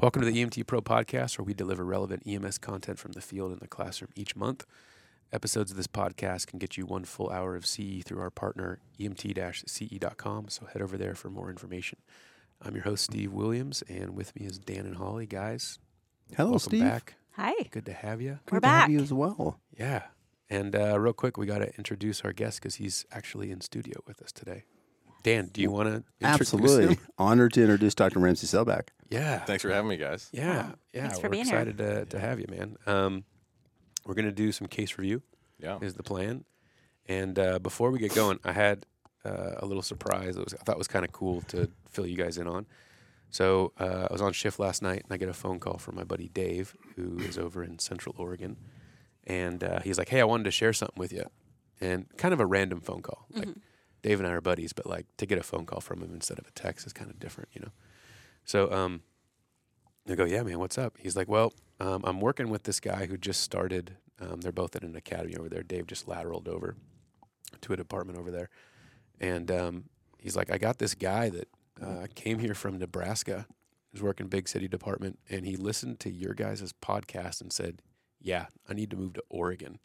Welcome to the EMT Pro podcast, where we deliver relevant EMS content from the field and the classroom each month. Episodes of this podcast can get you one full hour of CE through our partner, E emt ce.com. So head over there for more information. I'm your host, Steve Williams, and with me is Dan and Holly. Guys, Hello, welcome Steve. back. Hi. Good to have you. Good We're to have back. you as well. Yeah. And uh, real quick, we got to introduce our guest because he's actually in studio with us today. Dan, do you want to introduce Absolutely. him? Honored to introduce Dr. Ramsey Selback. Yeah. Thanks for having me, guys. Yeah, Wow. yeah. Thanks for we're being here. excited to to have you, man. Um, we're gonna do some case review. Yeah. Is the plan? And uh, before we get going, I had uh, a little surprise that was, I thought was kind of cool to fill you guys in on. So uh, I was on shift last night, and I get a phone call from my buddy Dave, who is over in Central Oregon, and uh, he's like, "Hey, I wanted to share something with you," and kind of a random phone call. Like Dave and I are buddies, but like to get a phone call from him instead of a text is kind of different, you know. So um, I go, yeah, man, what's up? He's like, well, um, I'm working with this guy who just started. Um, they're both at an academy over there. Dave just lateraled over to a department over there. And um, he's like, I got this guy that uh, came here from Nebraska, who's working big city department, and he listened to your guys' podcast and said, yeah, I need to move to Oregon.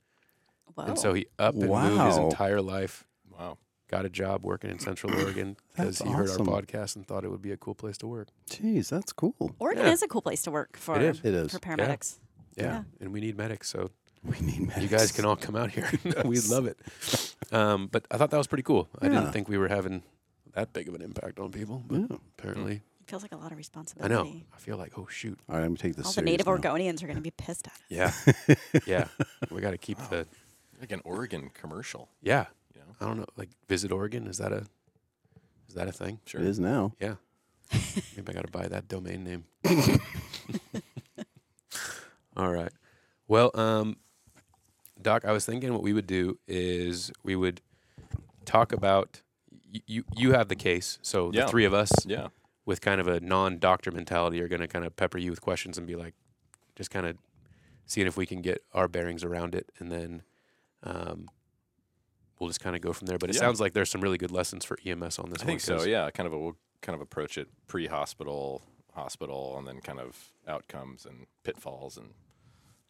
Whoa. And so he up and moved his Oh, Wow. entire life, Wow. got a job working in Central Oregon because That's he heard our awesome. podcast and thought it would be a cool place to work. Jeez, that's cool. Oregon Yeah. is a cool place to work for It is. It is. for paramedics. Yeah. And we need medics, so We need medics. You guys can all come out here. we love it. Um, but I thought that was pretty cool. I Yeah. didn't think we were having that big of an impact on people, but Yeah. apparently, Feels like a lot of I responsibility. know. I feel like, oh shoot, All right, I'm going to take this All the serious native now. Oregonians are going to be pissed at us. yeah, yeah. We got to keep the Like an Oregon commercial. yeah. Yeah. I don't know. Like visit Oregon is that a is that a thing? Sure. It is now. Yeah. Maybe I got to buy that domain name. All right. Well, um, Doc, I was thinking what we would do is we would talk about y- you. You have the case, so Yeah. the three of us Yeah. with kind of a non-doctor mentality are going to kind of pepper you with questions and be like, just kind of seeing if we can get our bearings around it, and then um, we'll just kind of go from there. But it Yeah. sounds like there's some really good lessons for EMS on this. I one, think so. 'cause- Yeah. Kind of a we'll kind of approach it pre-hospital, hospital, and then kind of outcomes and pitfalls and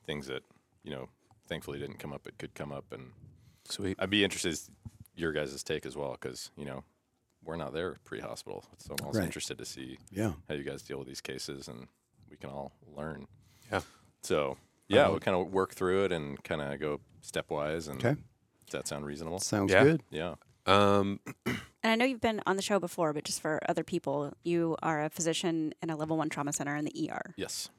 things that you know thankfully didn't come up. It could come up, and Sweet. I'd be interested as your guys' take as well because you know we're not there pre-hospital, so I'm also Right. interested to see Yeah. how you guys deal with these cases and we can all learn. Yeah. So yeah, Um, we'll kind of work through it and kind of go stepwise. And Okay. does that sound reasonable? Sounds Yeah. good. Yeah. Um, And I know you've been on the show before, but just for other people, you are a physician in a level one trauma center in the ER. Yes.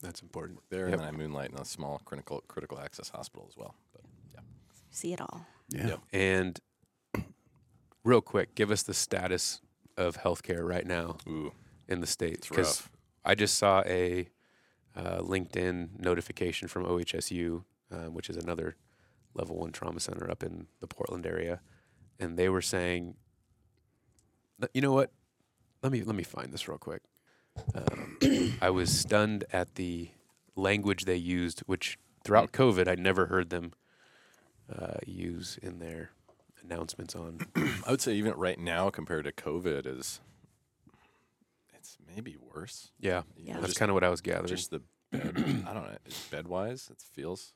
that's important. There Yep. and then I moonlight in a small critical critical access hospital as well. But See it all. Yeah. Yeah. And real quick, give us the status of healthcare right now ooh, in the state. it's rough. I just saw a uh, LinkedIn notification from OHSU, um, which is another level one trauma center up in the Portland area, and they were saying, "Th- you know what? Let me let me find this real quick. Um, I was stunned at the language they used, which throughout COVID I never heard them uh, use in their announcements on. I would say even right now compared to COVID is it's maybe worse. Yeah, You Yeah. know, that's just- kind of what I was gathering. just the bed. I don't know. It's bed wise. It feels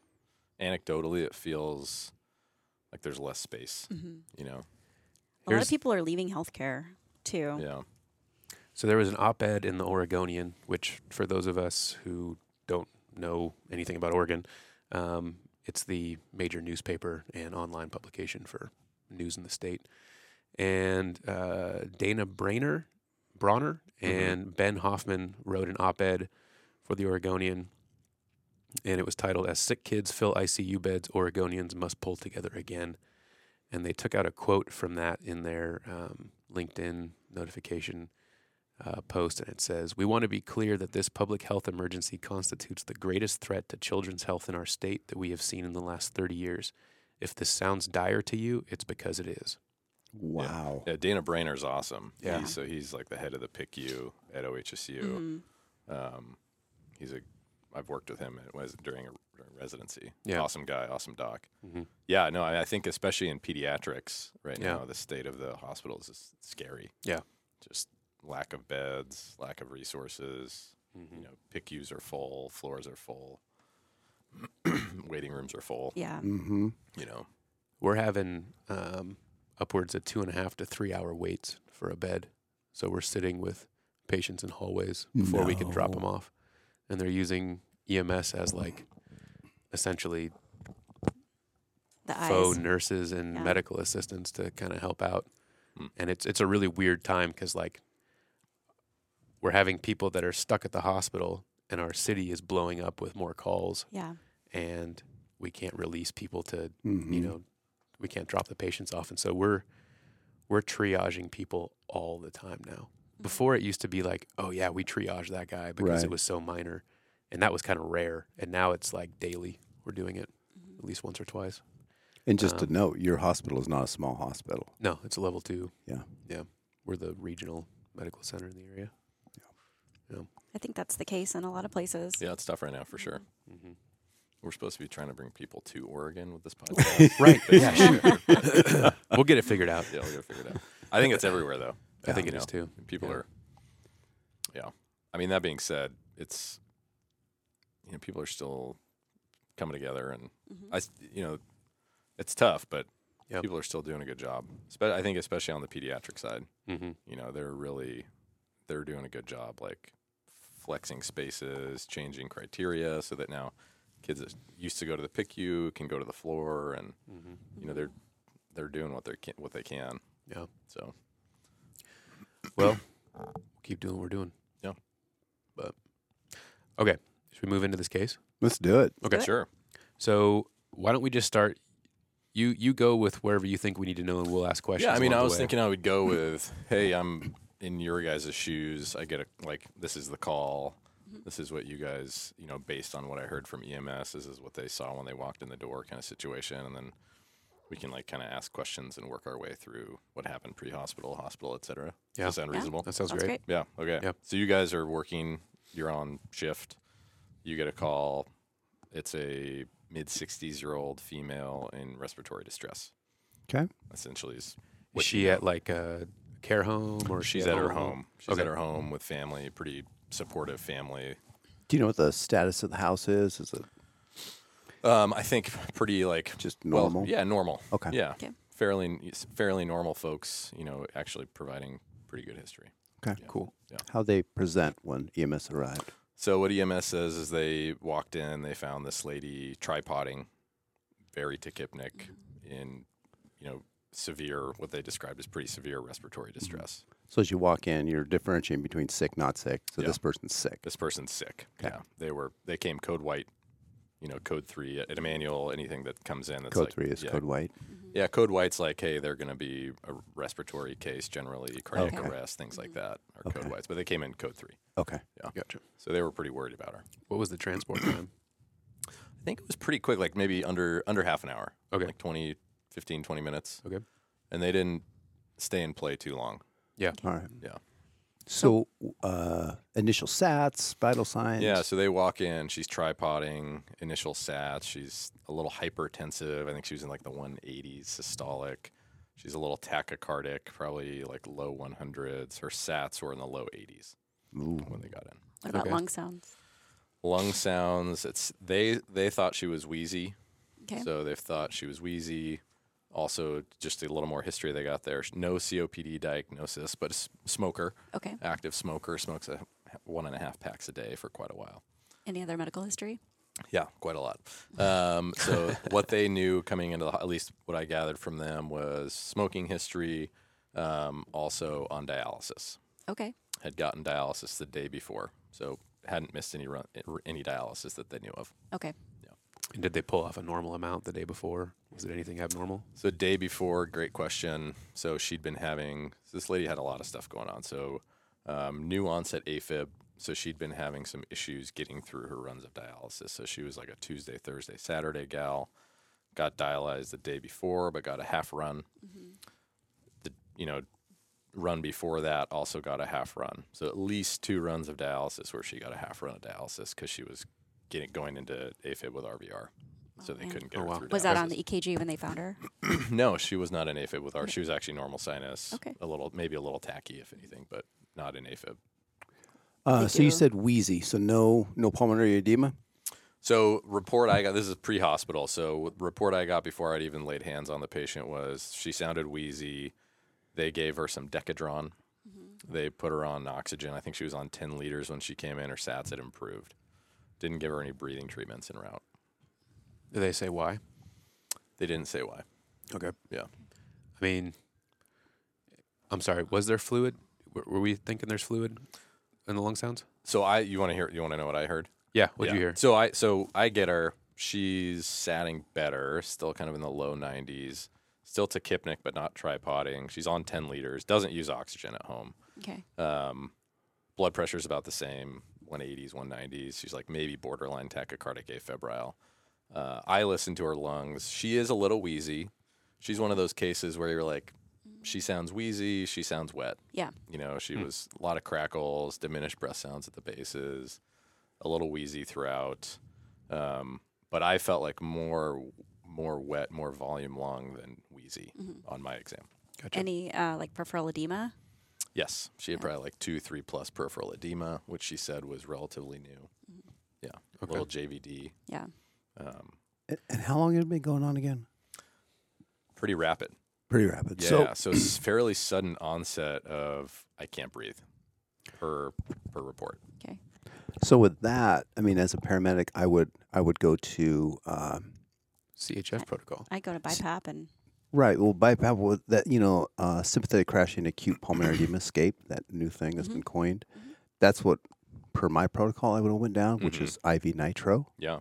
anecdotally. It feels like there's less space. Mm-hmm. You know. A lot Here's- of people are leaving healthcare too. Yeah. So there was an op-ed in the Oregonian, which for those of us who don't know anything about Oregon, um, it's the major newspaper and online publication for news in the state. And uh, Dana Brainer, Bronner, and Ben Hoffman wrote an op-ed for the Oregonian, and it was titled "As Sick Kids Fill ICU Beds, Oregonians Must Pull Together Again." And they took out a quote from that in their um, LinkedIn notification uh, post, and it says, We want to be clear that this public health emergency constitutes the greatest threat to children's health in our state that we have seen in the last 30 years. If this sounds dire to you, it's because it is. Wow. Yeah, Dana Brainer's awesome. Yeah. He's- so he's like the head of the PICU at OHSU. Mm-hmm. Um, he's a, I've worked with him. It was during a during residency. Yeah. Awesome guy. Awesome doc. Mhm. Yeah. No, I, I think especially in pediatrics right Yeah. now, the state of the hospitals is scary. Yeah. Just lack of beds, lack of resources. Mm-hmm. You know, PICUs are full, floors are full, waiting rooms are full. Yeah. Mm-hmm. You know, We're having um, upwards of two and a half to three hour waits for a bed. So we're sitting with patients in hallways before we can drop No. them off. And they're using EMS as like essentially The faux eyes. nurses and Yeah. medical assistants to kind of help out. Hmm. Mm. And it's it's a really weird time because like we're having people that are stuck at the hospital, and our city is blowing up with more calls, Yeah. and we can't release people to Mm-hmm. you know we can't drop the patients off, and so we're we're triaging people all the time now. Mm-hmm. Before it used to be like, oh yeah, we triage that guy because it Right. was so minor, and that was kind of rare. And now it's like daily. We're doing it Mm-hmm. at least once or twice. and just um, to note, your hospital is not a small hospital. No, it's a level two. Yeah. Yeah. We're the regional medical center in the area. I think that's the case in a lot of places. yeah, it's tough right now for sure. Mhm. We're supposed to be trying to bring people to Oregon with this podcast. Right. But- Yeah, shoot. we'll get it figured out. yeah, we'll get it figured out. I think it's everywhere though. I think it You is know, too. People Yeah. are, yeah. I mean, that being said, it's you know people are still coming together, and Mm-hmm. I s I you know it's tough, but Yep. people are still doing a good job. Spe- I think especially on the pediatric side, Mm-hmm. you know, they're really they're doing a good job, like flexing spaces, changing criteria, so that now kids that used to go to the PICU can go to the floor, and Mm-hmm. you know they're they're doing what they can, what they can. Yeah. So Well, keep doing what we're doing. Yeah. But, okay. Should we move into this case? Let's do it. Okay. Good. sure. So, why don't we just start? You you go with wherever you think we need to know, and we'll ask questions. Yeah, I mean, along I the was way. thinking I would go with, hey, I'm in your guys' shoes. I get a like, this is the call. This is what you guys, you know, based on what I heard from EMS, this is what they saw when they walked in the door, kind of situation, and then we can like kind of ask questions and work our way through what happened pre-hospital, hospital, et cetera. Yeah. Does that sound Yeah. reasonable? that sounds Sounds great. great. Yeah. Okay. Yeah. So you guys are working. You're on shift. You get a call. It's a mid 60s year old female in respiratory distress. Okay. Essentially, is Is what she at like a care home or she's at her home. She's Okay. at her home with family, pretty supportive family. Do you know what the status of the house is? Is it Um, I think pretty like just well, normal? yeah, normal. Okay. Yeah. Okay. Fairly fairly normal folks. You know, actually providing pretty good history. Okay. Yeah. Cool. Yeah. How they present when E EMS arrived? So what EMS says is they walked in, they found this lady tripoding, very tachypnic, Mm-hmm. in you know severe what they described as pretty severe Mm-hmm. respiratory distress. So as you walk in, you're differentiating between sick, not sick. So Yeah. this person's sick. This person's sick. Okay. Yeah, they were they came code white, you know, code three at Emmanuel. Anything that comes in that's Code like, three is yeah, code white. Yeah, code white's like, hey, they're going to be a respiratory case, generally cardiac Okay. arrest, things like that are Okay. code whites. But they came in code three, Okay. Gotcha. so they were pretty worried about her. What was the transport time? I think it was pretty quick, like maybe under under half an hour. Okay. Like 20, 15, 20 minutes. Okay. And they didn't stay and play too long. Yeah. All right. Yeah. So uh, initial sats, vital signs. Yeah, so they walk in, she's tripoding, initial sat, she's a little hypertensive. I think she was in like the 180s systolic. She's a little tachycardic, probably like low 100s. Her sats were in the low 80s Ooh. when they got in. What about Okay. lung sounds? lung sounds. It's they they thought she was wheezy, Okay. so they thought she was wheezy. Also, just a little more history they got there. No COPD diagnosis, but a s- smoker, okay. active smoker, smokes a h- one and a half packs a day for quite a while. Any other medical history? Yeah, quite a lot. Um, so what they knew coming into the, ho- at least what I gathered from them was smoking history, um, also on dialysis. Okay. Had gotten dialysis the day before, so hadn't missed any run, any dialysis that they knew of. Okay. And did they pull off a normal amount the day before? Was it anything abnormal? So day before, great question. So she'd been having this lady had a lot of stuff going on. So um, new onset AFib. So she'd been having some issues getting through her runs of dialysis. So she was like a Tuesday, Thursday, Saturday gal. Got dialyzed the day before, but got a half run. Mm-hmm. The you know run before that also got a half run. So at least two runs of dialysis where she got a half run of dialysis because she was getting going into AFib with RVR. So they man. couldn't get Oh, her wow. through. Was that dialysis. on the EKG when they found her? No, she was not in AFib with our. She was actually normal sinus. Okay. A little, maybe a little tacky, if anything, but not in AFib. Uh, They so you do. said wheezy. So no, no pulmonary edema. So report I got this is pre-hospital. So report I got before I'd even laid hands on the patient was she sounded wheezy. They gave her some Decadron. They put her on oxygen. I think she was on 10 liters when she came in. Her SATs had improved. Didn't give her any breathing treatments in route. Do they say why? They didn't say why. Okay. Yeah. I mean, I'm sorry. Was there fluid? Were, were we thinking there's fluid in the lung sounds? So I you want to hear you want to know what I heard? Yeah. What'd Yeah. you hear? So I so I get her. She's satting better, still kind of in the low 90s, still tachypnic but not tripoding. She's on 10 liters, doesn't use oxygen at home. Okay. Um, blood pressure's about the same, 180s, 190s. She's like maybe borderline tachycardic afebrile. Uh, I listen to her lungs. She is a little wheezy. She's one of those cases where you're like, she sounds wheezy, she sounds wet. Yeah. You know, she was a lot of crackles, diminished breath sounds at the bases, a little wheezy throughout. Um, but I felt like more, more wet, more volume lung than wheezy on my exam. Any uh, like peripheral edema? Yes, she had probably like two, three plus peripheral edema, which she said was relatively new. Yeah, a little JVD, Yeah. um, A- And how long has it been going on again? pretty rapid. Pretty rapid. So Yeah, so, s fairly sudden onset of I can't breathe. Per per report, Okay. So with that, I mean, as a paramedic, I would I would go to um, CHF protocol. I go to BiPAP and right. Well, BiPAP with that you know uh, sympathetic crashing acute pulmonary edema escape that new thing that's been coined. That's what per my protocol I would have went down, which is IV nitro. yeah.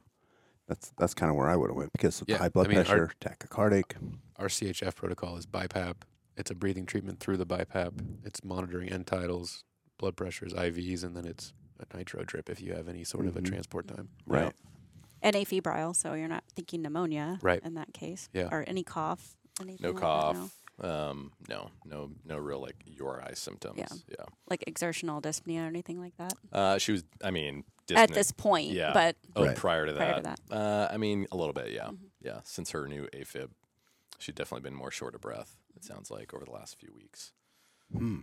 That's that's kind of where I would have went because of Yeah, high blood I mean, our- pressure, tachycardic. Our CHF protocol is BiPAP. It's a breathing treatment through the BiPAP. It's monitoring end titles, blood pressures, IVs, and then it's a nitro drip if you have any sort of a Mm-hmm. transport time. Right. and afebrile, so you're not thinking pneumonia Right. in that case. Yeah. Or any cough. Anything No like that, cough. Um, no, no, no real like URI symptoms. Yeah. Like exertional dyspnea or anything like that. Uh, she was. I mean, At dyspnea- this point. Yeah. But Oh, Right. prior to that. Prior to Mm-hmm. Uh, I mean, a little bit, yeah. Yeah. Since her new AFib, she'd definitely been more short of breath, it sounds like, over the last few weeks.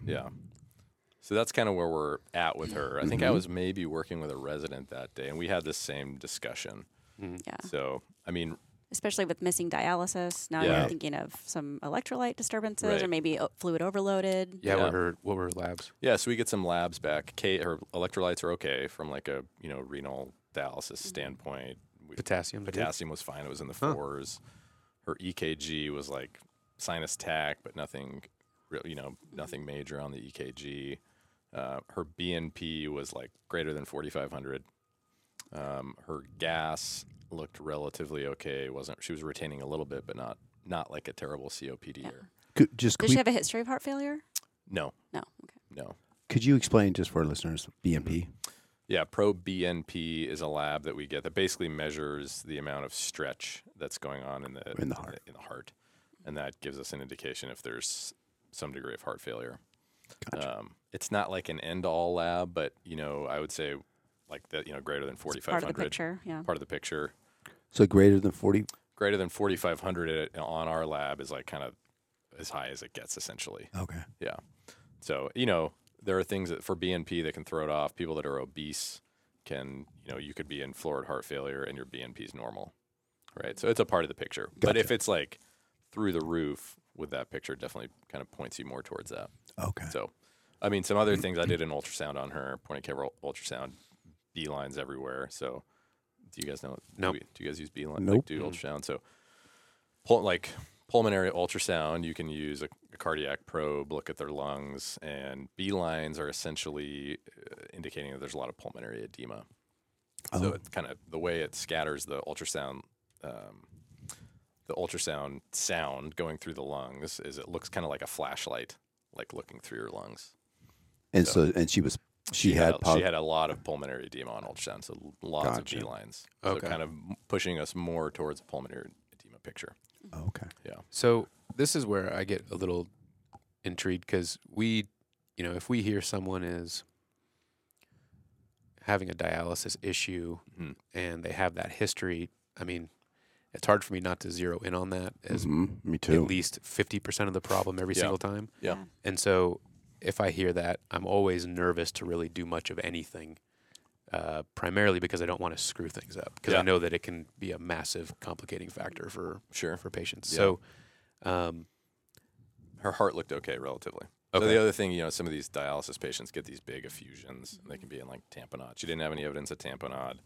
Yeah. So that's kind of where we're at with her. I think I was maybe working with a resident that day, and we had this same discussion. Mm-hmm. yeah. So, I mean, Especially with missing dialysis. Now Yeah. you're thinking of some electrolyte disturbances or Right. maybe o- fluid overloaded. Yeah. Yeah. What were what were her labs? yeah, so we get some labs back. Kate, her electrolytes are okay from like a, you know, renal dialysis standpoint. We, Potassium. good? potassium was fine. It was in the Huh. fours. Her EKG was like sinus tack, but nothing, real, you know, nothing major on the EKG. Uh, her BNP was like greater than 4,500. Um, her gas looked relatively okay. wasn't She was retaining a little bit, but not not like a terrible COPD or Could, just could, Does we, she have a history of heart failure? no, No. Okay. no. could you explain just for our listeners BMP? Yeah, ProBNP is a lab that we get that basically measures the amount of stretch that's going on in the In the heart. in the heart, and that gives us an indication if there's some degree of heart failure. Um, it's not like an end-all lab, but you know, I would say like that. You know, greater than Part 4,500. of the picture. Yeah. Part of the picture. So greater than forty. Greater than 4,500 at- on our lab is like kind of as high as it gets, essentially. Okay. Yeah. So, you know, there are things that for BNP that can throw it off. People that are obese can, you know, you could be in florid heart failure and your BNP is normal. Right. So it's a part of the picture. But if it's like through the roof with that picture, it definitely kind of points you more towards that. Okay. So, I mean, some other things I did an ultrasound on her, point of care ul- ultrasound, B lines everywhere. So, do you guys know? Nope. Do, we- do you guys use B line? Like, Nope. do ultrasound. So, pul- like pulmonary ultrasound, you can use a, a cardiac probe, look at their lungs, and B lines are essentially uh, indicating that there's a lot of pulmonary edema. Oh. So, it's kind of the way it scatters the ultrasound. Um, the ultrasound sound going through the lungs is it looks kind of like a flashlight, like looking through your lungs. and so, and she was she, had, a, pol- she had a lot of pulmonary edema on ultrasound, so lots Gotcha. of B lines. Okay. So kind of m- pushing us more towards pulmonary edema picture. okay. Yeah. So this is where I get a little intrigued because we, you know, if we hear someone is having a dialysis issue Mhm. and they have that history, I mean, it's hard for me not to zero in on that as Mhm, Me at too. least fifty percent of the problem every Mm-hmm. Yeah. single time. Yeah. Yeah. And so if I hear that, I'm always nervous to really do much of anything, uh, primarily because I don't want to screw things up because I Yeah. know that it can be a massive complicating factor for Sure. for patients. Yeah. So, um, Her heart looked okay relatively. So okay, the other thing, you know, some of these dialysis patients get these big effusions. And they can be in like tamponade. She didn't have any evidence of tamponade.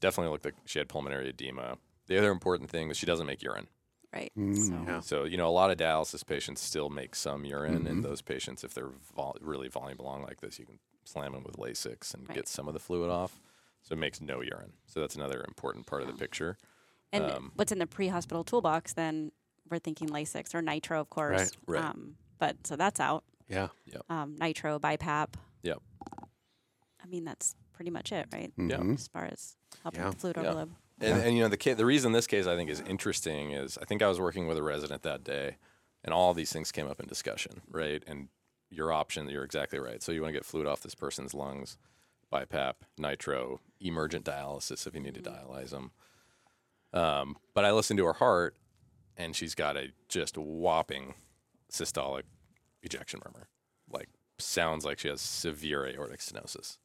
Definitely looked like she had pulmonary edema. The other important thing was she doesn't make urine. right? Mm, so, yeah. So you know, a lot of dialysis patients still make some urine, and those patients, if they're vol- really volume along like this, you can slam them with Lasix and Right. get some of the fluid off. So it makes no urine. So that's another important part of the picture. And Um, what's in the pre-hospital toolbox? Then we're thinking Lasix or Nitro, of course. Right, right. Um, but so that's out. yeah, Um, nitro, BiPAP. Yep. I mean, that's pretty much it, right? Yeah. mhm. As far as helping Yeah. with the fluid Yeah. overload. And, and you know, the ca- the reason this case I think is interesting is I think I was working with a resident that day, and all these things came up in discussion, right? And your option, you're exactly right. So you want to get fluid off this person's lungs, by PAP, nitro, emergent dialysis if you need to Mm-hmm. dialyze them. Um, but I listened to her heart, and she's got a just whopping systolic ejection murmur. Like sounds like she has severe aortic stenosis,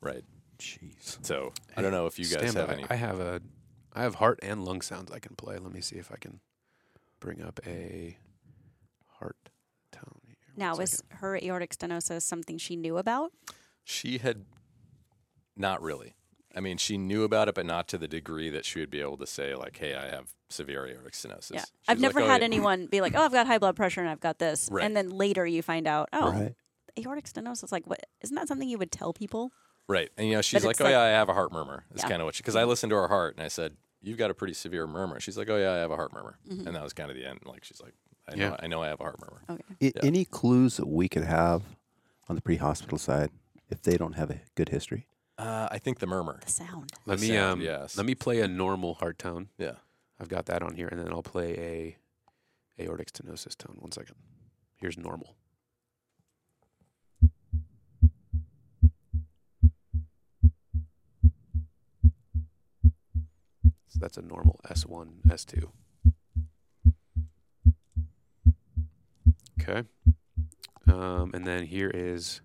right? Jeez. So I don't know if you guys Stand have by. any. I have a, I have heart and lung sounds I can play. Let me see if I can bring up a heart tone. Here. One Now, second. was her aortic stenosis something she knew about? She had not really. I mean, she knew about it, but not to the degree that she would be able to say, like, hey, I have severe aortic stenosis. Yeah. She I've was like, never "Oh, had yeah." anyone be like, oh, I've got high blood pressure and I've got this. Right. And then later you find out, oh, Right. aortic stenosis. Like, what? Isn't that something you would tell people? Right. And, you know, she's But like, it's oh, like- yeah, I have a heart murmur. It's Yeah. Mm-hmm. kind of what she, because I listened to her heart and I said, you've got a pretty severe murmur. She's like, oh, yeah, I have a heart murmur. Mm-hmm. And that was kind of the end. Like, she's like, I, Yeah. know, I know I have a heart murmur. Okay. I- Any clues that we could have on the pre-hospital side if they don't have a good history? Uh, I think the murmur. The sound. Let The me um, sound, yes. let me play a normal heart tone. Yeah. I've got that on here, and then I'll play a aortic stenosis tone. One second. Here's normal. So that's a normal S1, S2. Okay. Um, and then here is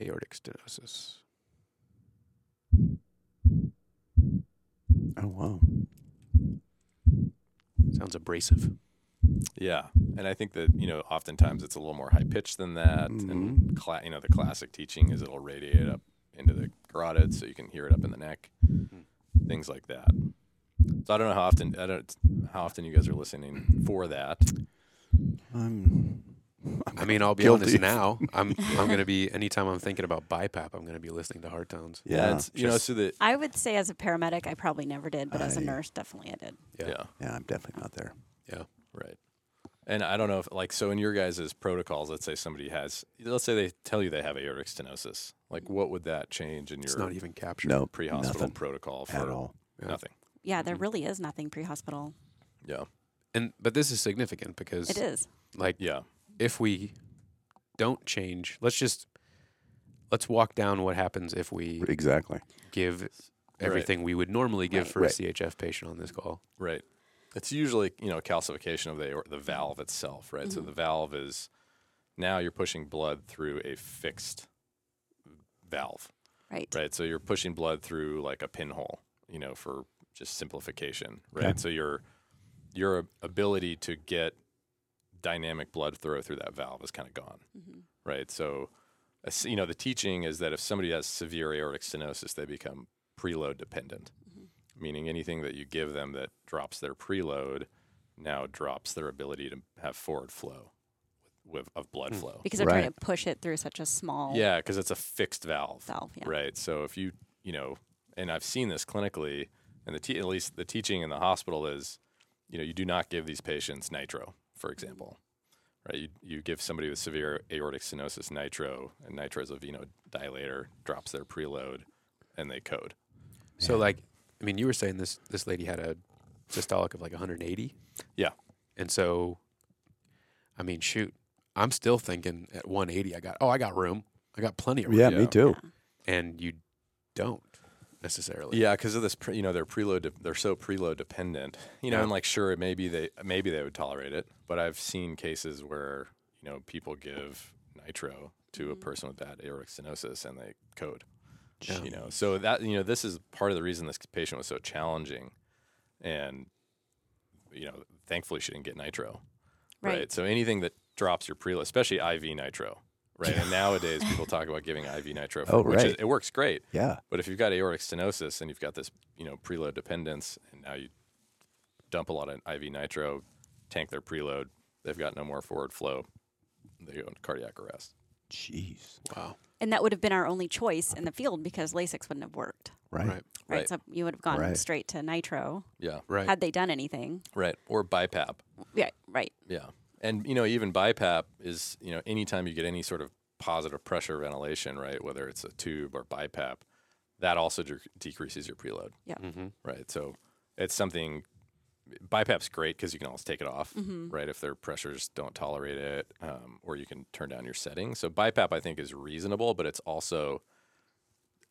aortic stenosis. Oh wow. Sounds abrasive. Yeah, and I think that you know oftentimes it's a little more high pitched than that, Mm-hmm. and cla- you know the classic teaching is it'll radiate up into the carotid, so you can hear it up in the neck, Mm-hmm. things like that. So I don't know how often I don't how often you guys are listening for that. I'm I mean, I'll be Guilty. honest now. I'm I'm gonna be anytime I'm thinking about BiPAP, I'm gonna be listening to heart tones. yeah. it's, you know, just- so that I would say as a paramedic, I probably never did, but as a I- nurse, definitely I did. Yeah. yeah, yeah, I'm definitely not there. right. And I don't know if like so in your guys' protocols, let's say somebody has, let's say they tell you they have aortic stenosis, like what would that change in It's your not even captured. No, pre-hospital nothing protocol for at all. Yeah. nothing? Yeah, Mm-hmm. there really is nothing pre-hospital. Yeah, And but this is significant because It is. like yeah, if we don't change, let's just let's walk down what happens if we Exactly. give everything we would normally give Right. for Right. a CHF patient on this call. Right. It's usually you know calcification of the aor- the valve itself, right? So the valve is now you're pushing blood through a fixed valve, Right. right? So you're pushing blood through like a pinhole, you know, for just simplification, right? So your your ability to get dynamic blood flow through that valve is kind of gone, right? So a s- you know the teaching is that if somebody has severe aortic stenosis, they become preload dependent, meaning anything that you give them that drops their preload now drops their ability to have forward flow with, of blood flow. Because they're trying Right. to push it through such a small Yeah, because it's a fixed valve. valve. Yeah. Right. So if you, you know, and I've seen this clinically, and the te- at least the teaching in the hospital is, you know, you do not give these patients nitro, for example, right? You, you give somebody with severe aortic stenosis nitro, and nitro is a venodilator, drops their preload, and they code. So like I mean you were saying this this lady had a systolic of like 180. Yeah. And so, I mean, shoot, I'm still thinking at 180, I got, oh, I got room. I got plenty of room. Yeah, Yeah. me too. And you don't necessarily. Yeah, because of this, pre, you know, they're preload. De- they're so preload dependent. You know, Yeah. and like sure, maybe they maybe they would tolerate it, but I've seen cases where you know people give nitro to Mm-hmm. a person with bad aortic stenosis and they code. Yeah. You know, so that you know, this is part of the reason this patient was so challenging, and you know, thankfully she didn't get nitro. Right. So anything that drops your preload, especially IV nitro, right? and nowadays people talk about giving IV nitro, for, Oh, which is, right. it works great. Yeah. But if you've got aortic stenosis and you've got this, you know, preload dependence, and now you dump a lot of IV nitro, tank their preload, they've got no more forward flow, they go into cardiac arrest. Jeez. Wow. And that would have been our only choice in the field because LASIX wouldn't have worked. Right. Right. Right. Right. So you would have gone Right. straight to nitro Yeah, Right. had they done anything. right. Or BiPAP. Yeah. Right. Yeah, and you know, even BiPAP is you know, anytime you get any sort of positive pressure ventilation, right, whether it's a tube or BiPAP, that also de- decreases your preload. mm-hmm. right? So it's something. BiPAP's great because you can always take it off, right? If their pressures don't tolerate it, um, or you can turn down your settings. So BiPAP, I think, is reasonable, but it's also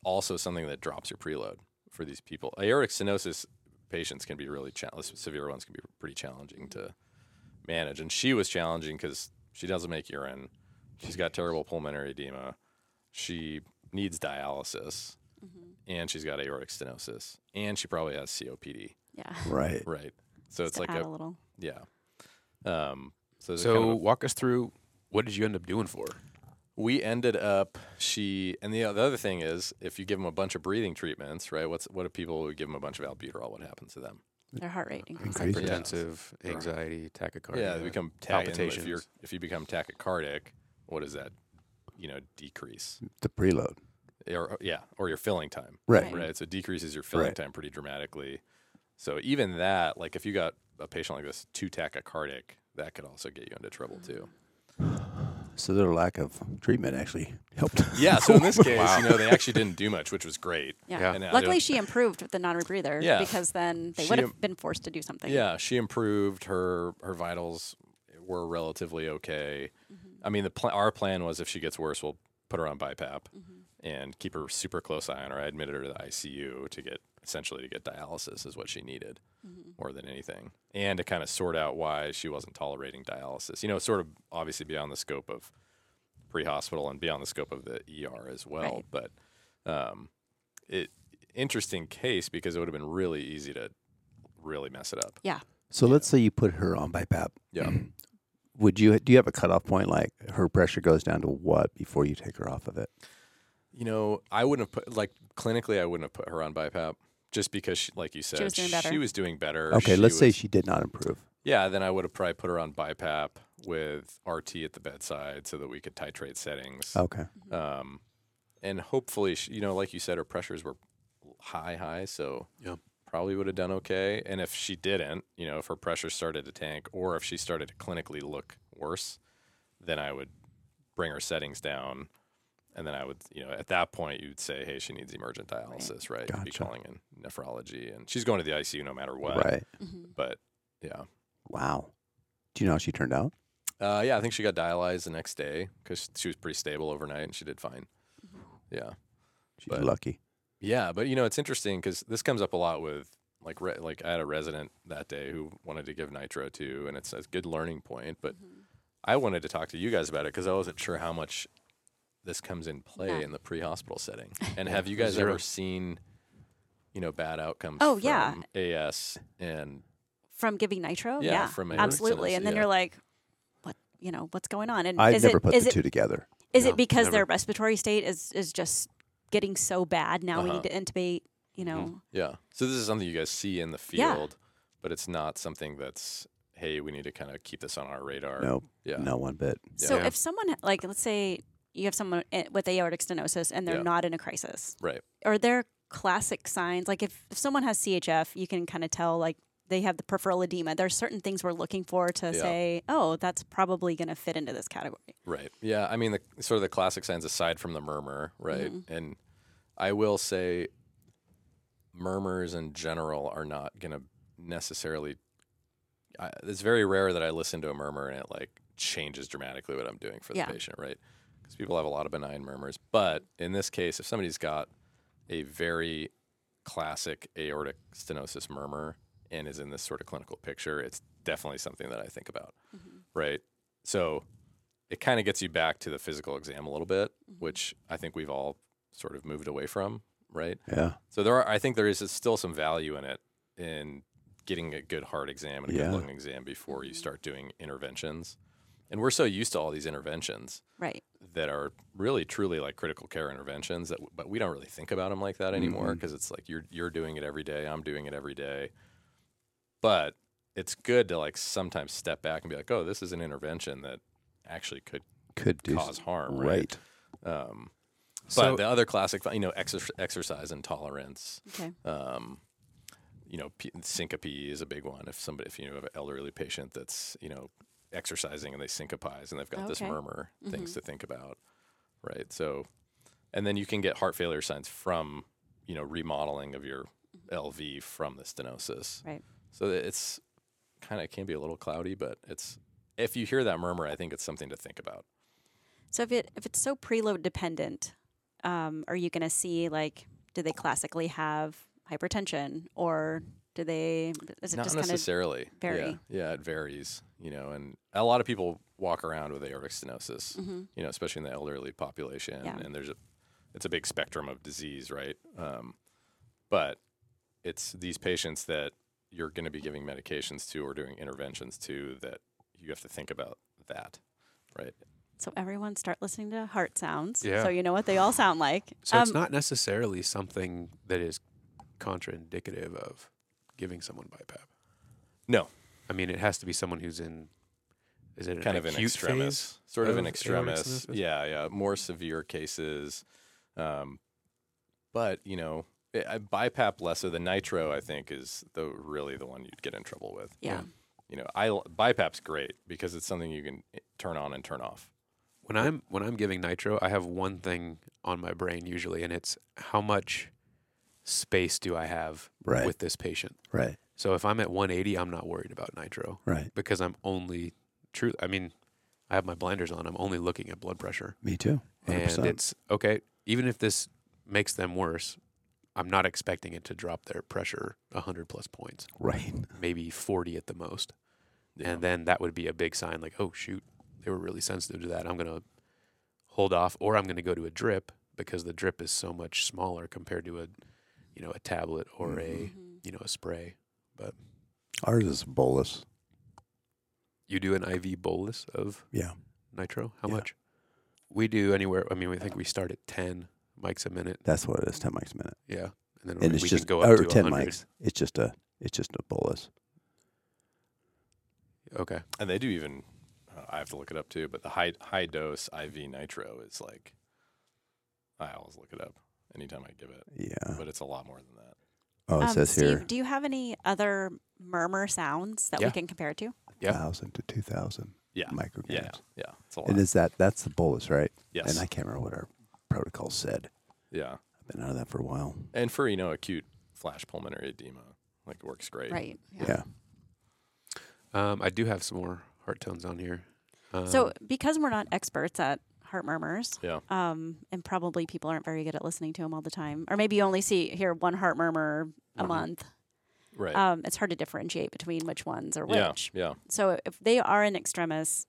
also something that drops your preload for these people. Aortic stenosis patients can be really chal- severe ones can be pretty challenging to manage, and she was challenging because she doesn't make urine, she's got terrible pulmonary edema, she needs dialysis, and she's got aortic stenosis, and she probably has COPD, Yeah. Right. right? So it's to like add a a, little. yeah. Um, so there's a So kind of a- walk us through what did you end up doing for? her? we ended up she and the, the other thing is if you give them a bunch of breathing treatments, right? What's what if people would give them a bunch of albuterol? What happens to them? Their heart rate increases. Increase. Yeah. Hypertensive, anxiety, tachycardia. yeah, they become tach- and If palpitations. you if you become tachycardic, what does that, you know, decrease? The preload. Or uh, yeah, or your filling time. Right. Right. right? So it decreases your filling Right. time pretty dramatically. So even that, like if you got a patient like this too tachycardic, that could also get you into trouble too. So their lack of treatment actually helped. Yeah. So in this case, you know, they actually didn't do much, which was great. Yeah. Yeah. And uh, I Luckily, don't- she improved with the non-rebreather Yeah. because then they She would im- have been forced to do something. Yeah, she improved. Her her vitals were relatively okay. Mm-hmm. I mean, the pl- our plan was if she gets worse, we'll put her on BiPAP Mm-hmm. and keep her super close eye on her. I admitted her to the ICU to get essentially to get dialysis is what she needed Mm-hmm. more than anything, and to kind of sort out why she wasn't tolerating dialysis. You know, sort of obviously beyond the scope of pre-hospital and beyond the scope of the ER as well, but um, it interesting case because it would have been really easy to really mess it up. Yeah. So let's say you put her on BiPAP. Yeah. Would you do you have a cutoff point like her pressure goes down to what before you take her off of it? You know, I wouldn't have put like clinically, I wouldn't have put her on BiPAP just because, she, like you said, was doing better. was doing better. Okay, She let's say was- she did not improve. yeah. Then I would have probably put her on BiPAP with RT at the bedside so that we could titrate settings. Okay. Um, and hopefully, she, you know, like you said, her pressures were high, high. So Yeah. probably would have done okay. And if she didn't, you know, if her pressure started to tank or if she started to clinically look worse, then I would bring her settings down. And then I would, you know, at that point, you'd say, hey, she needs emergent dialysis, right? You'd be Gotcha. calling in nephrology and she's going to the ICU no matter what. Right. Mhm. But yeah. Wow. Do you know how she turned out? Uh, yeah, I think she got dialyzed the next day because she was pretty stable overnight and she did fine. Mm-hmm. Yeah. She's But- lucky. Yeah, but you know it's interesting because this comes up a lot with like re- like I had a resident that day who wanted to give nitro to, and it's a good learning point. But Mm-hmm. I wanted to talk to you guys about it because I wasn't sure how much this comes in play Yeah. in the pre-hospital setting. And have you guys Zero. ever seen you know bad outcomes? Oh, yeah. from AS and From giving nitro. Yeah, Yeah. from aortic absolutely. And then stenosis, yeah. you're like, what? You know what's going on? And I Mm. is never it put is the it two together. is No, it because never. their respiratory state is is just getting so bad? Now we Uh-huh. Mm-hmm. need to intubate. You know. yeah. So this is something you guys see in the Yeah. field, but it's not something that's hey we need to kind of keep this on our radar. No, Yeah. no one bit. So Yeah. if someone like let's say you have someone i- with aortic stenosis and they're Yeah. not in a crisis, Right. Are there classic signs like if, if someone has CHF, you can kind of tell like they have the peripheral edema. There's certain things we're looking for to Yeah. say, oh, that's probably going to fit into this category. Right. Yeah. I mean, the sort of the classic signs aside from the murmur, right? And I will say, murmurs in general are not going to necessarily. I, it's very rare that I listen to a murmur and it like changes dramatically what I'm doing for Yeah. the patient, right? Because people have a lot of benign murmurs, but in this case, if somebody's got a very classic aortic stenosis murmur and is in this sort of clinical picture, it's definitely something that I think about, right? So it kind of gets you back to the physical exam a little bit, which I think we've all sort of moved away from, right? Yeah. So there are, I think there is still some value in it in getting a good heart exam and a Yeah. good lung exam before you start doing interventions. And we're so used to all these interventions Right. that are really truly like critical care interventions that but we don't really think about them like that anymore because it's like you're you're doing it every day, I'm doing it every day. But it's good to like sometimes step back and be like, "Oh, this is an intervention that actually could Could do cause harm, right?" right. Um, but So- the other classic, you know, exer- exercise intolerance, Okay. um, you know, p- syncope is a big one. If somebody, if you have an elderly patient that's, you know, exercising and they syncopize and they've got this Okay. Mm-hmm. murmur, things to think about, right? So, and then you can get heart failure signs from, you know, remodeling of your LV from the stenosis. Right. So that it's kind of can be a little cloudy, but it's if you hear that murmur, I think it's something to think about. So if it if it's so preload dependent, um, are you going to see like do they classically have hypertension or do they is it Not just kind of necessarily. vary? Yeah. yeah, it varies. You know, and a lot of people walk around with aortic stenosis. You know, especially in the elderly population, Mm-hmm. Yeah. and there's a, it's a big spectrum of disease, right? Um, but it's these patients that you're going to be giving medications to or doing interventions to that you have to think about that, right? so everyone start listening to heart sounds Yeah. so you know what they all sound like. So it's Um, not necessarily something that is contraindicative of giving someone BiPAP. No, I mean, it has to be someone who's in is it an kind of an acute extremis, phase sort of an aortic extremis. stenosis? Yeah, yeah, more severe cases. Um, but you know, i- I- BiPAP lesser the nitro, I think, is the really the one you'd get in trouble with. yeah. You know, I BiPAP's great because it's something you can i- turn on and turn off. When I'm when I'm giving nitro, I have one thing on my brain usually, and it's how much space do I have Right. with this patient. Right. So if I'm at 180, I'm not worried about nitro Right. because I'm only true. I mean, I have my blinders on. I'm only looking at blood pressure, Me too. 100%. and it's okay. Even if this makes them worse, I'm not expecting it to drop their pressure 100 plus points, right. maybe 40 at the most. Yeah. And then that would be a big sign like, oh, shoot, they were really sensitive to that. I'm going to hold off or I'm going to go to a drip because the drip is so much smaller compared to a, you know, a tablet or a, Mm-hmm. you know, a spray. But Ours is bolus. you do an IV bolus of Yeah. nitro. How Yeah. much? We do anywhere. I mean, we think we start at 10 mics a minute. That's what it is. Ten mics a minute. Yeah. And then and we it's can just go or up to ten 100. mics. It's just a it's just a bolus. Okay. And they do even, uh, I have to look it up too. But the high high dose IV nitro is like, I always look it up anytime I give it, Uh. Yeah. but it's a lot more than that. Oh, it Um, says Steve, here do you have any other murmur sounds that Yeah. we can compare it to? yeah. thousand to two thousand Yeah, micrograms. yeah, yeah. It's a lot. And is that that's the bolus, right? Yes. And I can't remember what our protocol said. yeah. I've been out of that for a while. And for you know acute flash pulmonary edema, like it works great. Right. Yeah. Um, I do have some more heart tones on here. Um, So because we're not experts at heart murmurs, Yeah. um, and probably people aren't very good at listening to them all the time, or maybe you only see hear one heart murmur Mm-hmm. a month. Right. Um, it's hard to differentiate between which ones are which. yeah. Yeah. So if they are in extremis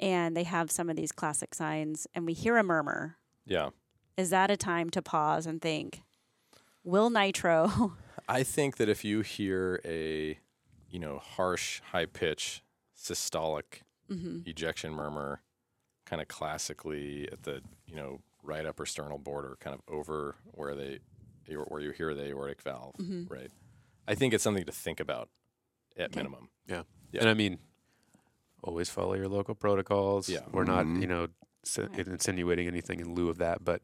and they have some of these classic signs, and we hear a murmur, Yeah. is that a time to pause and think? Will nitro? I think that if you hear a, you know, harsh, high pitch systolic Mm-hmm. ejection murmur, kind of classically at the, you know, right upper sternal border, kind of over where they, where you hear the aortic valve, Mm-hmm. right? I think it's something to think about at minimum. Yeah. Yeah. And I mean, always follow your local protocols. Yeah. We're not, you know, s- insinuating anything in lieu of that, but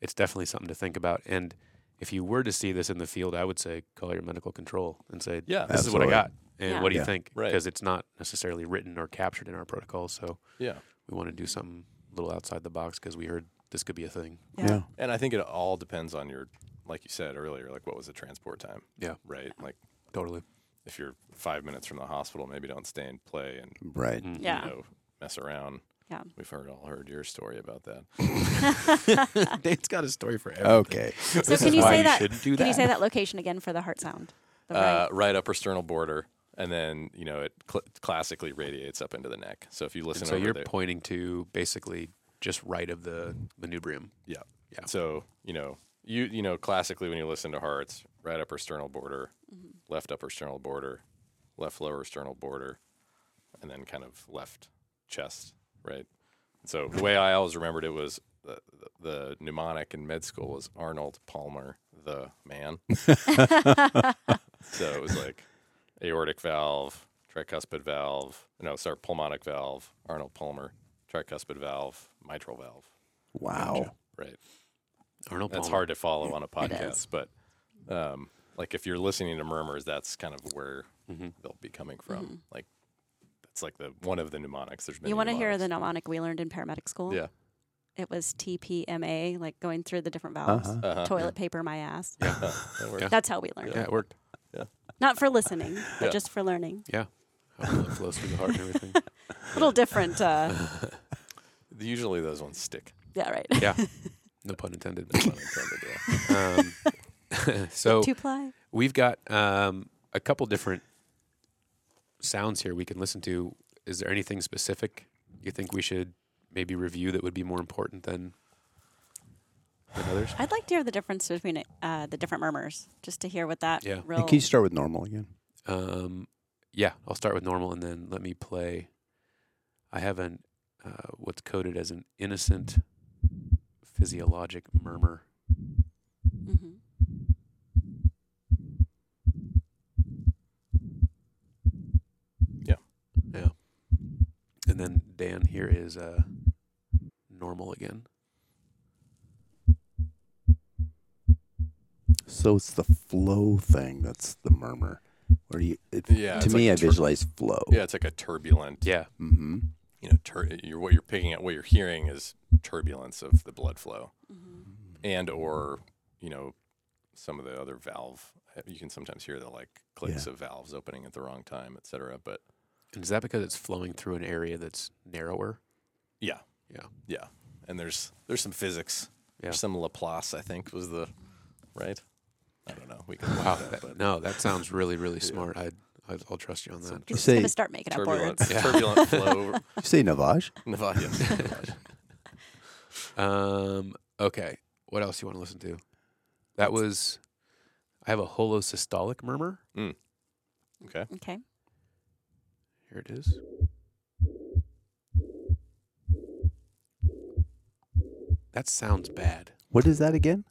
it's definitely something to think about. And if you were to see this in the field, I would say call your medical control and say, Yeah. this is what I Absolutely. got. And Yeah. what do you Yeah. think? Right. Because it's not necessarily written or captured in our protocols. So Yeah. we want to do something a little outside the box because we heard this could be a thing. Yeah. And I think it all depends on your, like you said earlier, like what was the transport time? Yeah. Right. Like Totally. if you're five minutes from the hospital, maybe don't stay and play and Right. Mm. Yeah. you know, mess around. Yeah. We've heard all heard your story about that. Dane's got a story for everything. Okay. Oh, So can you why say you that? shouldn't do Can you that. say that location again for the heart sound? The Uh, right Uh, upper sternal border, and then you know it cl- classically radiates up into the neck. So if you listen And so over you're the- pointing to basically just right of the manubrium. Yeah. Yeah. So, you know, you you know, classically when you listen to hearts, right upper sternal border, left upper sternal border, left lower sternal border, and then kind of left chest, right? So the way I always remembered it was the, the, the mnemonic in med school was Arnold Palmer, the man. so it was like aortic valve, tricuspid valve, no, sorry, pulmonic valve, Arnold Palmer, tricuspid valve, mitral valve, Wow. right? Arnold That's Palmer. hard to follow on a is. podcast, but um, like if you're listening to murmurs, that's kind of where Mm-hmm. they'll Mm-hmm. be coming from. Like that's like the one of the mnemonics. There's many Mm-hmm. you want to hear the mnemonic mnemonics. we learned in paramedic school? yeah It was TPMA, like going through the different valves. Uh-huh. Toilet paper, my ass. that works. That's how we learned. Yeah, it. it worked. Not for listening, but Yeah. just for learning. Yeah. How blood flows through the heart and everything. A little different. Uh, Usually those ones stick. yeah, right. Yeah. No pun intended. Pun intended, yeah. Um, so Two ply. we've got um, a couple different sounds here we can listen to. Is there anything specific you think we should maybe review that would be more important than than others? I'd like to hear the difference between uh, the different murmurs, just to hear what that Yeah. And And real. can you start with normal again? Um, yeah, I'll start with normal and then let me play. I have an uh, what's coded as an innocent physiologic murmur. hmm And then Dan here is uh, normal again. So it's the flow thing that's the murmur. Where you, it, Yeah, to it's me, like I a tur- visualize flow. Yeah, it's like a turbulent. Yeah, Mm-hmm. You know, tur- you're, what you're picking at, what you're hearing is turbulence of the blood flow, Mm-hmm. and or you know, some of the other valve. eh, You can sometimes hear the like clicks Yeah. of valves opening at the wrong time, et cetera. But and is that because it's flowing through an area that's narrower? Yeah. Yeah. Yeah. And there's there's some physics. Yeah. There's some Laplace, I think, was the right. I don't know. We can Wow, look that, but no, that sounds really, really smart. I'd, I'd I'll trust you on that. You're just say gonna start making up turbulent, words. Yeah. turbulent flow. You say Navage? Nevada. yes, Nevada. Um, okay. What else you want to listen to? That was. I have a holosystolic murmur. Okay. Okay. Here it is. That sounds bad. What is that again?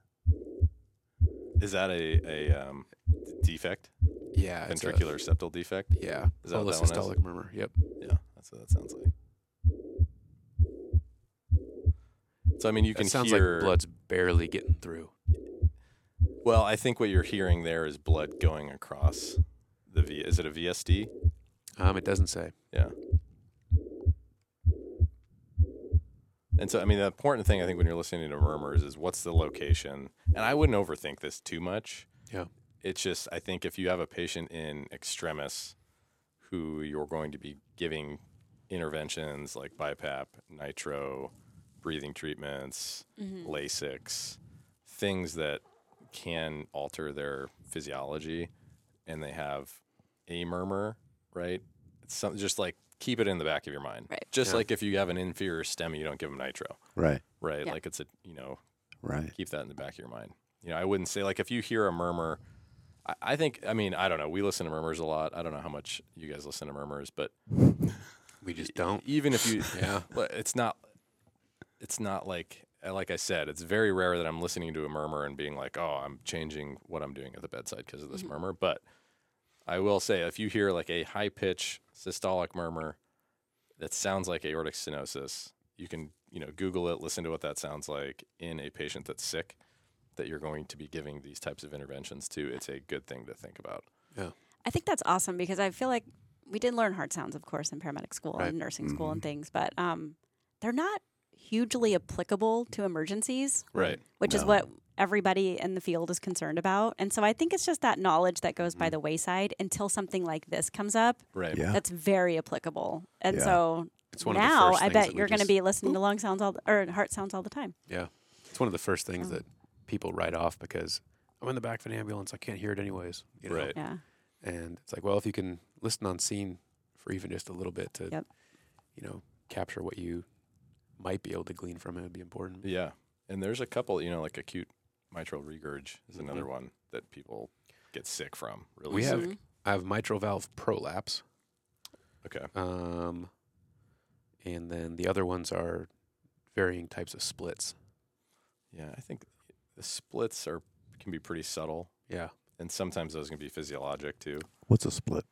Is that a, a um, defect? Yeah. it's a- Ventricular septal defect? yeah. Is that what that one Holosystolic murmur. Yep. Yeah. That's what that sounds like. So I mean, you That can sounds hear like blood's barely getting through. Well, I think what you're hearing there is blood going across the V. Is it a VSD? Um, it doesn't say. Yeah. And so, I mean, the important thing I think when you're listening to murmurs is what's the location. And I wouldn't overthink this too much. Yeah. It's just I think if you have a patient in extremis who you're going to be giving interventions like BiPAP, nitro, breathing treatments, Lasix, things that can alter their physiology, and they have a murmur, right? It's some, just like keep it in the back of your mind. Right. Just Yeah. like if you have an inferior stem, you don't give them nitro, Right, right? Yeah. Like it's a you know right. keep that in the back of your mind. You know, I wouldn't say like if you hear a murmur, I, I think I mean I don't know. We listen to murmurs a lot. I don't know how much you guys listen to murmurs, but We just don't. even if you Yeah. Well, it's not it's not like uh, like I said, it's very rare that I'm listening to a murmur and being like, "Oh, I'm changing what I'm doing at the bedside because of this murmur." But I will say if you hear like a high pitch systolic murmur that sounds like aortic stenosis, you can, you know, google it, listen to what that sounds like in a patient that's sick that you're going to be giving these types of interventions to. It's a good thing to think about. I think that's awesome because I feel like we did learn heart sounds, of course, in paramedic school Right. Mm-hmm. and nursing school and things, but um, they're not hugely applicable to emergencies, Right. which is No. what everybody in the field is concerned about. And so I think it's just that knowledge that goes Mm-hmm. by the wayside until something like this comes up Right. Yeah. that's very applicable. And Yeah. so It's one of the now first I things bet that we you're going to just- be listening to lung sounds all the, or heart sounds all the time. Yeah. It's one of the first things that Oh. people write off because I'm in the back of an ambulance. I can't hear it anyways. You know? Right. Yeah. And it's like, well, if you can listen on scene for even just a little bit to, Yep. you know, capture what you might be able to glean from it would be important. Yeah. And there's a couple, you know, like acute mitral regurg is another Mhm. one that people get sick from. Really We have sick. Mm-hmm. I have mitral valve prolapse. Okay. Um, and then the other ones are varying types of splits. Yeah, I think the splits are can be pretty subtle, Yeah. and sometimes those can be physiologic too. What's a split?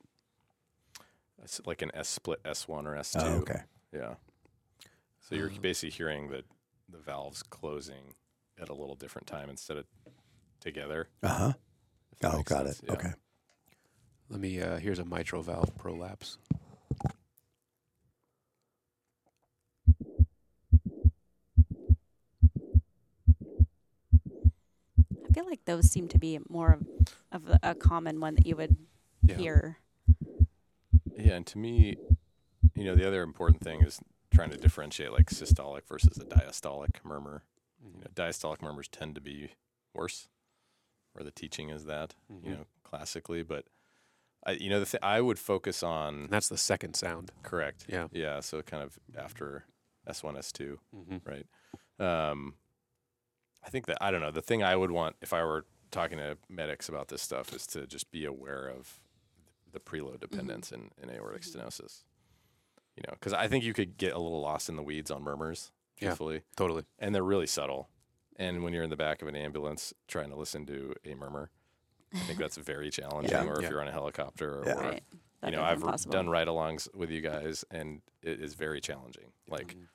It's like an S split, S one or S two. Oh, okay. Yeah. So you're Uh, basically hearing that the valves closing at a little different time instead of together. Uh huh. if that Oh, makes got it. sense. Yeah. Okay. Let me. Uh, here's a mitral valve prolapse. I feel like those seem to be more of, of a- a common one that you would Yeah. hear. Yeah, and to me, you know, the other important thing is trying to differentiate like systolic versus a diastolic murmur. You know, diastolic murmurs tend to be worse, or the teaching is that you Mhm. know classically. But I, you know, the th- I would focus on And that's the second sound. correct. Yeah. yeah. So kind of after S one, S two. Mm-hmm. Um, I think that I don't know. The thing I would want if I were talking to medics about this stuff is to just be aware of the Mm-hmm. preload dependence in, in aortic stenosis. You know, because I think you could get a little lost in the weeds on murmurs, Yeah. truthfully, Totally. and they're really subtle. And when you're in the back of an ambulance trying to listen to a murmur, I think that's very challenging. Or if Yeah. you're on a helicopter, or, Yeah. or Right. That you know, is I've r- impossible. done ride-alongs with you guys, and it is very challenging. Like, Mm-hmm.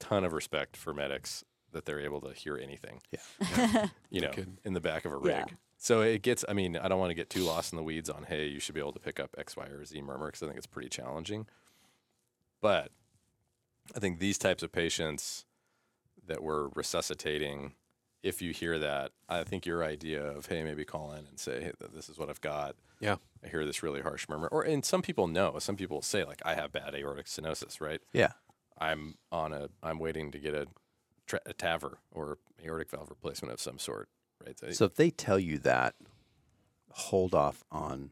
ton of respect for medics that they're able to hear anything. Yeah. you know, kidding. in the back of a rig. Yeah. So it gets. I mean, I don't want to get too lost in the weeds on hey, you should be able to pick up X, Y, or Z murmur because I think it's pretty challenging. But I think these types of patients that we're resuscitating, if you hear that, I think your idea of hey, maybe call in and say hey, th- this is what I've got. Yeah. I hear this really harsh murmur, or and some people know. Some people say like I have bad aortic stenosis, right? Yeah. I'm on a I'm waiting to get a, tra- a TAVR or aortic valve replacement of some sort, right? So, So if they tell you that, hold off on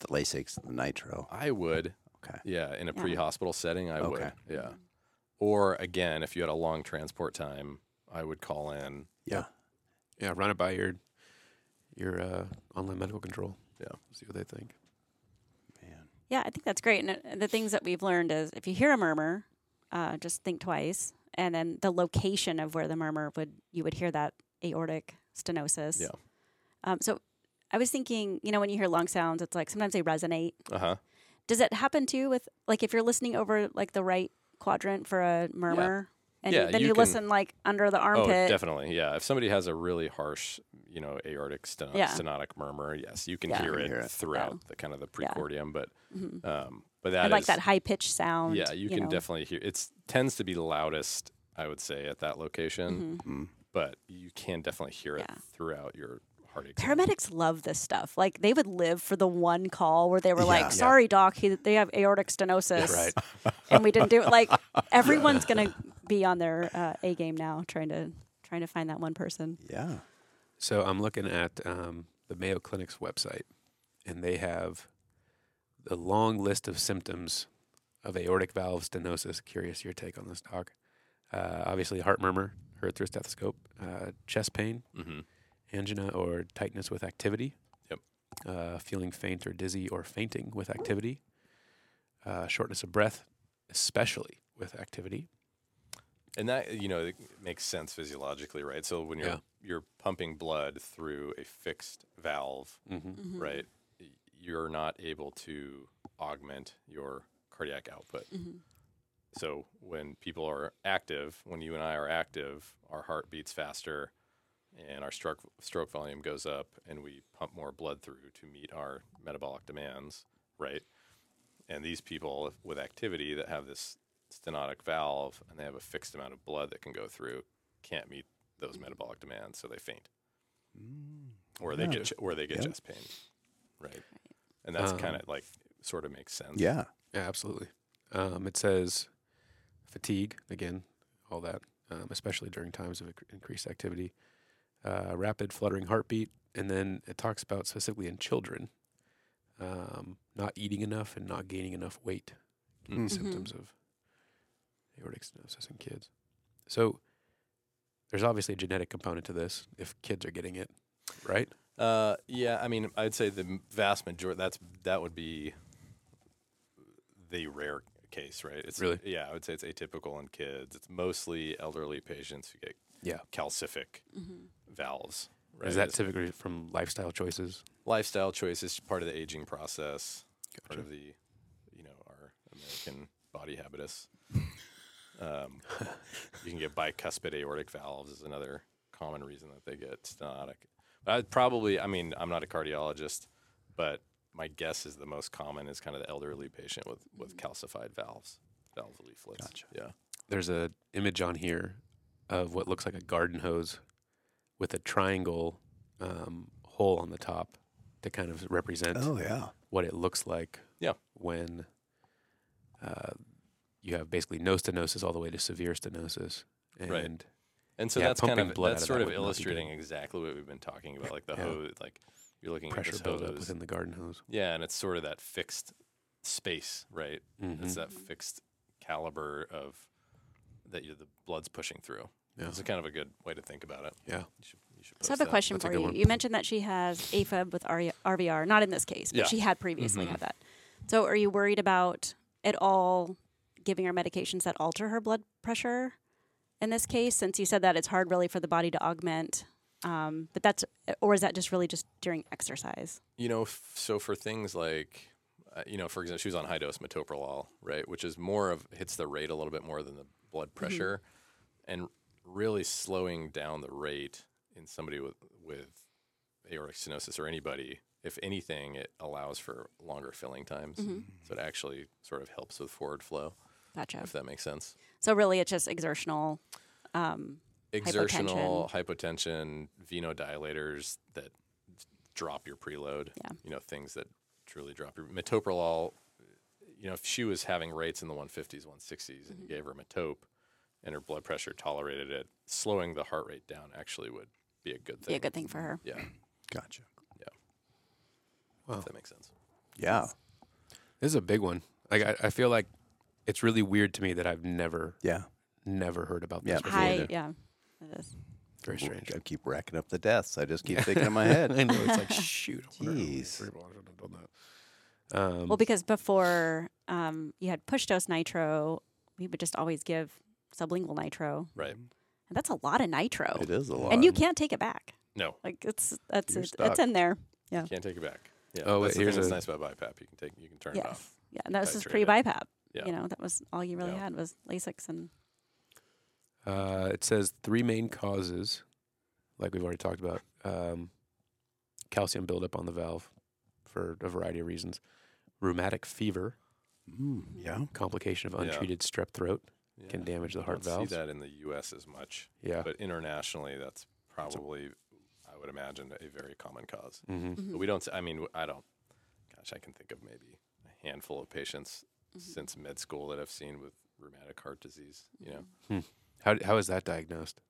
the Lasix and the nitro. I would, Okay. yeah, in a Yeah. pre-hospital setting, I would, Okay. yeah. Or again, if you had a long transport time, I would call in. Yeah. Yeah. Run it by your your uh, online medical control. Yeah. See what they think. Man. Yeah, I think that's great. And uh, the things that we've learned is if you hear a murmur, uh, just think twice, and then the location of where the murmur would you would hear that aortic stenosis. Yeah. Um, so I was thinking, you know, when you hear long sounds, it's like sometimes they resonate. Uh Uh-huh. huh. Does it happen too with like if you're listening over like the right quadrant for a murmur, and Yeah, then you you, can- listen like under the Oh, armpit? definitely, yeah. If somebody has a really harsh, you know, aortic steno- Yeah. stenotic murmur, yes, you can Yeah. hear, You it can hear it. throughout the kind of the Yeah. precordium, Mhm. but um, but that And like is- that high pitched sound. Yeah, you, can know. definitely hear. It's tends to be loudest, I would say, at that location, Mhm. Mm. but you can definitely hear it Yeah. throughout your heart. exam. paramedics love this stuff. Like they would live for the one call where they were Yeah. like, "Sorry, doc, he, they have aortic stenosis, and we didn't do it." Like everyone's gonna be on their uh, A game now, trying to trying to find that one person. Yeah. So I'm looking at um, the Mayo Clinic's website, and they have a long list of symptoms of aortic valve stenosis. Curious your take on this, Doc. Uh, obviously, heart murmur, heard through a stethoscope, uh, chest pain, Mhm. angina or tightness with activity. Yep. Uh, feeling faint or dizzy or fainting with activity. Uh, shortness of breath, especially with activity. and that you know it makes sense physiologically, right? So when you're Yeah. you're pumping blood through a fixed valve, Mm-hmm. right? y- You're not able to augment your cardiac output. So when people are active, when you and I are active, our heart beats faster and our stroke stroke volume goes up and we pump more blood through to meet our metabolic demands, right? And these people with activity that have this stenotic valve and they have a fixed amount of blood that can go through can't meet those metabolic demands, so they faint or they Yeah. get ch- or they get Yeah. chest pain, right? And that's Um, kind of like sort of makes sense. Yeah. Yeah, absolutely. Um, it says fatigue again, all that, um, especially during times of inc- increased activity, uh, rapid fluttering heartbeat, and then it talks about specifically in children um, not eating enough and not gaining enough weight. Can Hmm. Mm. be symptoms of aortic stenosis in kids. So there's obviously a genetic component to this if kids are getting it, right? Uh, yeah, I mean, I'd say the m- vast majority. That's that would be the rare case, right? It's Really? yeah. I would say it's atypical in kids. It's mostly elderly patients who get Yeah. calcific Mm-hmm. valves. Right? Is that It's typically from lifestyle choices? lifestyle choices part of the aging process? Part Gotcha. of the you know our American body habitus. um, you can get bicuspid aortic valves is another common reason that they get stenotic. But I'd probably, I mean, I'm not a cardiologist, but my guess is the most common is kind of the elderly patient with with calcified valves, valve leaflets. Gotcha. Yeah. There's a image on here of what looks like a garden hose with a triangle um, hole on the top to kind of represent Oh, yeah. what it looks like Yeah. when uh, you have basically no stenosis all the way to severe stenosis. And Right. And so Yeah, that's kind pumping of blood out that's of sort that of would not be good. illustrating exactly what we've been talking about, like the Yeah. hose, like you're looking pressure at this buildup hose. within the garden hose. Yeah, and it's sort of that fixed space, right? Mhm. It's that fixed caliber of that you, the blood's pushing through. Yeah. It's kind of a good way to think about it. Yeah. You should, you should So I have post a that. question That's a for good you. one. You mentioned that she has AFib with E, RE RVR, not in this case, but Yeah. she had previously Mm-hmm. Mhm. had that. So are you worried about at all giving her medications that alter her blood pressure in this case? Since you said that it's hard really for the body to augment, um, but that's or is that just really just during exercise? You know, f- so for things like, uh, you know, for example, she was on high dose metoprolol, right, which is more of hits the rate a little bit more than the blood Mm-hmm. pressure, and really slowing down the rate in somebody with with aortic stenosis or anybody. If anything, it allows for longer filling times, Mm-hmm. so it actually sort of helps with forward flow, Gotcha. if that makes sense. So really, it's just exertional. Um, exertional hypotension, venodilators that drop your preload. Yeah. You know, things that truly drop your metoprolol. You know, if she was having rates in the 150s, 160s, and Mm-hmm. you gave her metope, and her blood pressure tolerated it, slowing the heart rate down actually would be a good be thing. a good thing for her. Yeah, Gotcha. Wow. if that makes sense. Yeah. This is a big one. Like I, I feel like it's really weird to me that I've never, Yeah. never heard about Yeah. this before. High, either. yeah. It is. Very strange. I keep racking up the deaths. I just keep thinking in my head. I know it's like shoot. I wonder how many Jeez. people I shouldn't have done that. Um, Well, because before um, you had push dose nitro, we would just always give sublingual nitro, Right. and that's a lot of nitro, It is a lot. and you can't take it back. No, Like it's that's You're it, stuck. it's in there. Yeah. can't take it back. Yeah. Oh, wait, that's the here's thing that's a- nice about BiPAP. You can take, you can turn it off. Yes. Yeah. And this is Titrate pre it. BiPAP. Yeah. You know, that was all you really Yeah. had was Lasix and Uh, it says three main causes, like we've already talked about um, calcium buildup on the valve for a variety of reasons, rheumatic fever, Mm, yeah. complication of Yeah. untreated strep throat Yeah. can damage the I heart don't valves. See that in the U.S. as much. Yeah. but internationally that's probably i would imagine a very common because hmm but we don't s- i mean w- i don't gosh i can think of maybe a handful of patients since med school that i've seen with rheumatic heart disease you know How, d- how is that diagnosed?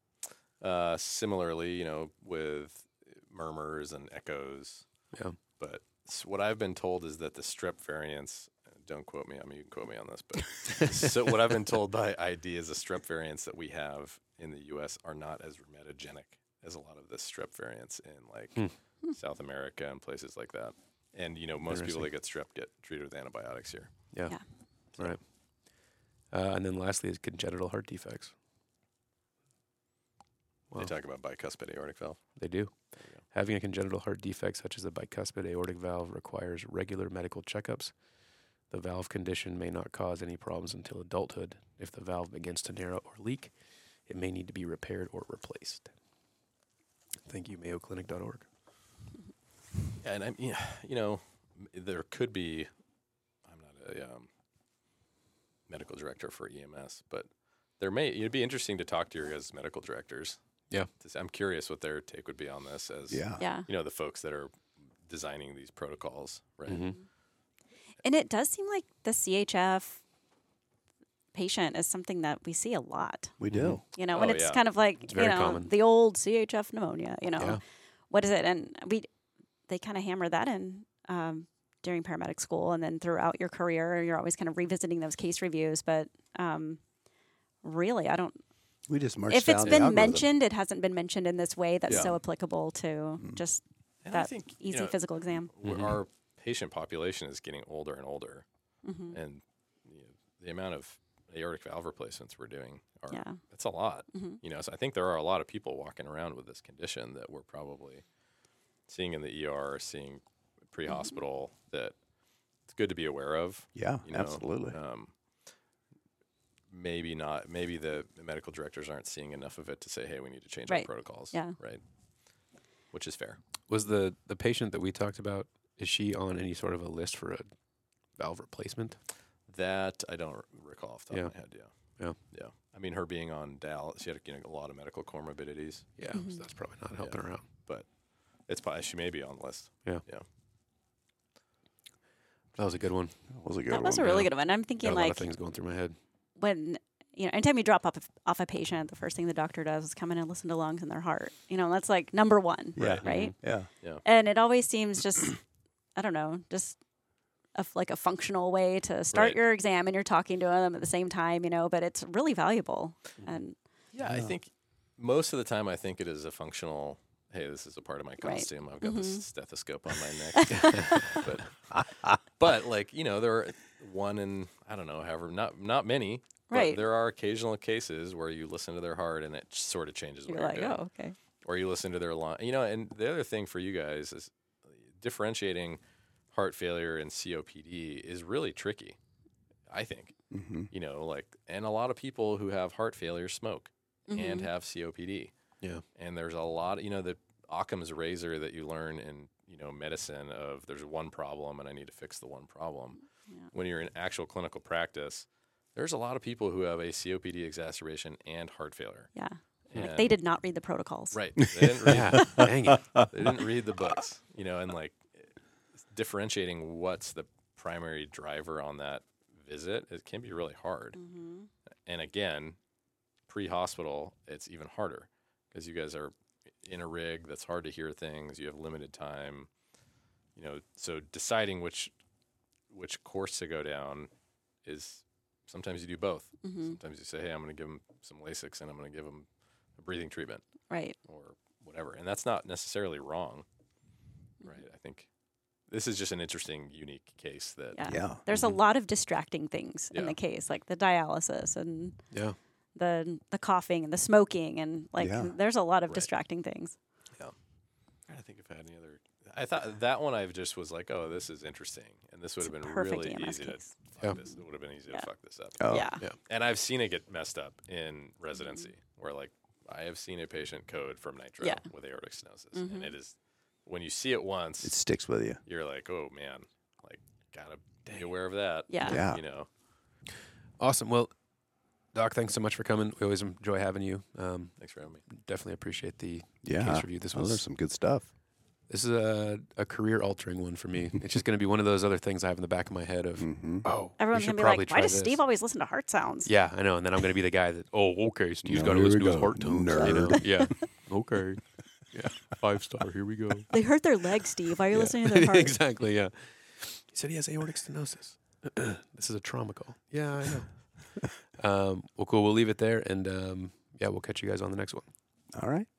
uh, similarly you know with murmurs and echos Yeah. but s- what i've been told is that the strep variants don't quote me i mean you can quote me on this but so what I've been told by ID is the strep variants that we have in the U.S. are not as rheumatogenic as a lot of the strep variants in like Hmm. South America and places like that. And you know, most people that get strep get treated with antibiotics here. Yeah. Yeah. All right. Uh, and then lastly is congenital heart defects. Wow. They talk about bicuspid aortic valve. They do. you go. Having a congenital heart defect, such as a bicuspid aortic valve, requires regular medical checkups. The valve condition may not cause any problems until adulthood. If the valve begins to narrow or leak, it may need to be repaired or replaced. Thank you, mayoclinic.org. Yeah, and I'm, yeah, you know, m- there could be. I'm not a um, medical director for EMS, but there may. It'd be interesting to talk to your guys' medical directors. Yeah. To s- I'm curious what their take would be on this. As Yeah. yeah. you know the folks that are designing these protocols, right? Mm-hmm. And it does seem like the CHF patient is something that we see a lot. We do. You know, and Oh, it's yeah. kind of like you very know common. the old CHF pneumonia. You know, Yeah. what is it? And we they kind of hammer that in um, during paramedic school and then throughout your career. You're always kind of revisiting those case reviews, but um, really, I don't. We just marched If it's down the been algorithm. mentioned, it hasn't been mentioned in this way. That's Yeah. so applicable to Hmm. just And I that think you easy know, physical exam. w- our patient population is getting older and older, hmm and you know, the amount of aortic valve replacements we're doing are Yeah. that's a lot. Mhm. You know, so I think there are a lot of people walking around with this condition that we're probably seeing in the ER, seeing pre-hospital that it's good to be aware of. Yeah, you know, absolutely. Um, maybe not. Maybe the, the medical directors aren't seeing enough of it to say, "Hey, we need to change our Right. protocols." Yeah. Right. Which is fair. Was the the patient that we talked about? Is she on any sort of a list for a valve replacement? That I don't r- recall off the top of Yeah. my head. Yeah. Yeah. Yeah. I mean, her being on dialysis, she had you know, a lot of medical comorbidides. Yeah, Mm-hmm. so that's probably not helping helping her out. It's probably she may be on the list. That was a good one. That was a good That one. was a really yeah. good one. I'm Got thinking a lot of like things going through my head. when you know, anytime you drop off a, off a patient, the first thing the doctor does is come in and listen to lungs and their heart. You know, that's like number one, Yeah. right? yeah. And it always seems just, I don't know, just a f like a functional way to start Right. your exam and you're talking to them at the same time, you know. But it's really valuable. And Yeah, I Yeah. think most of the time I think it is a functional. Hey, this is a part of my costume. I've got Mhm. this stethoscope on my neck. but, but like you know, there are one in I don't know, however, not not many. but Right. there are occasional cases where you listen to their heart and it sort of changes what you're you're like, doing. oh, okay, Or you listen to their lung. You know, and the other thing for you guys is differentiating heart failure and COPD is really tricky. I think Mm-hmm. you know, like, and a lot of people who have heart failure smoke Mm-hmm. and have COPD. Yeah. And there's a lot, you know, the Occam's razor that you learn in, you know, medicine of there's one problem and I need to fix the one problem. Yeah. When you're in actual clinical practice, there's a lot of people who have a COPD exacerbation and heart failure. yeah. Like And- they did not read the protocols. Right. They didn't read Yeah, dang it. they didn't read the books, you know, and like differentiating what's the primary driver on that visit, it can be really hard. Mm-hmm. And again, pre-hospital, it's even harder because you guys are in a rig that's hard to hear things. You have limited time, you know. So deciding which which course to go down is sometimes you do both. hmm Sometimes you say, "Hey, I'm going to give them some Lasix and I'm going to give them a breathing treatment." Right. or whatever. And that's not necessarily wrong, Mm-hmm. right? I think this is just an interesting, unique case that Yeah. Yeah. There's a lot of distracting things in Mm-hmm. Yeah. the case, like the dialysis and Yeah. the the coughing and the smoking and like Yeah. there's a lot of Right. distracting things. I don't think if I had any other. I thought that one I just was like, oh, this is interesting, and this would It's have a been perfect really EMS easy to case. fuck Yeah. this. It would have been easy Yeah. to fuck this up. Oh, yeah. And I've seen it get messed up in residency, where like I have seen a patient code from nitro Mm-hmm. Yeah. with aortic stenosis, Mhm. and it is when you see it once, It sticks with you. you're like, oh man, like gotta be aware of that. Yeah. Yeah. you know, Awesome. Well, Doc, thanks so much for coming. We always enjoy having you. Um, thanks for having me. definitely appreciate the Yeah. case review. This Well, was there's some good stuff. this is a, a career altering one for me. it's just going to be one of those other things I have in the back of my head of Mm-hmm. oh, we Everyone's should gonna be probably like, try why does this." Steve always listen to heart sounds? Yeah, I know. And then I'm going to be the guy that oh, okay, Steve's Now got to here listen we to his go, heart tones. you know? nerd. Yeah. okay. Yeah. Five star. Here we go. They hurt their leg, Steve. Why are you Yeah. listening to their heart? exactly. Yeah. He said he has aortic stenosis. this is a trauma call. Yeah, I know. um, well, cool. We'll leave it there, and um, yeah, we'll catch you guys on the next one. All right.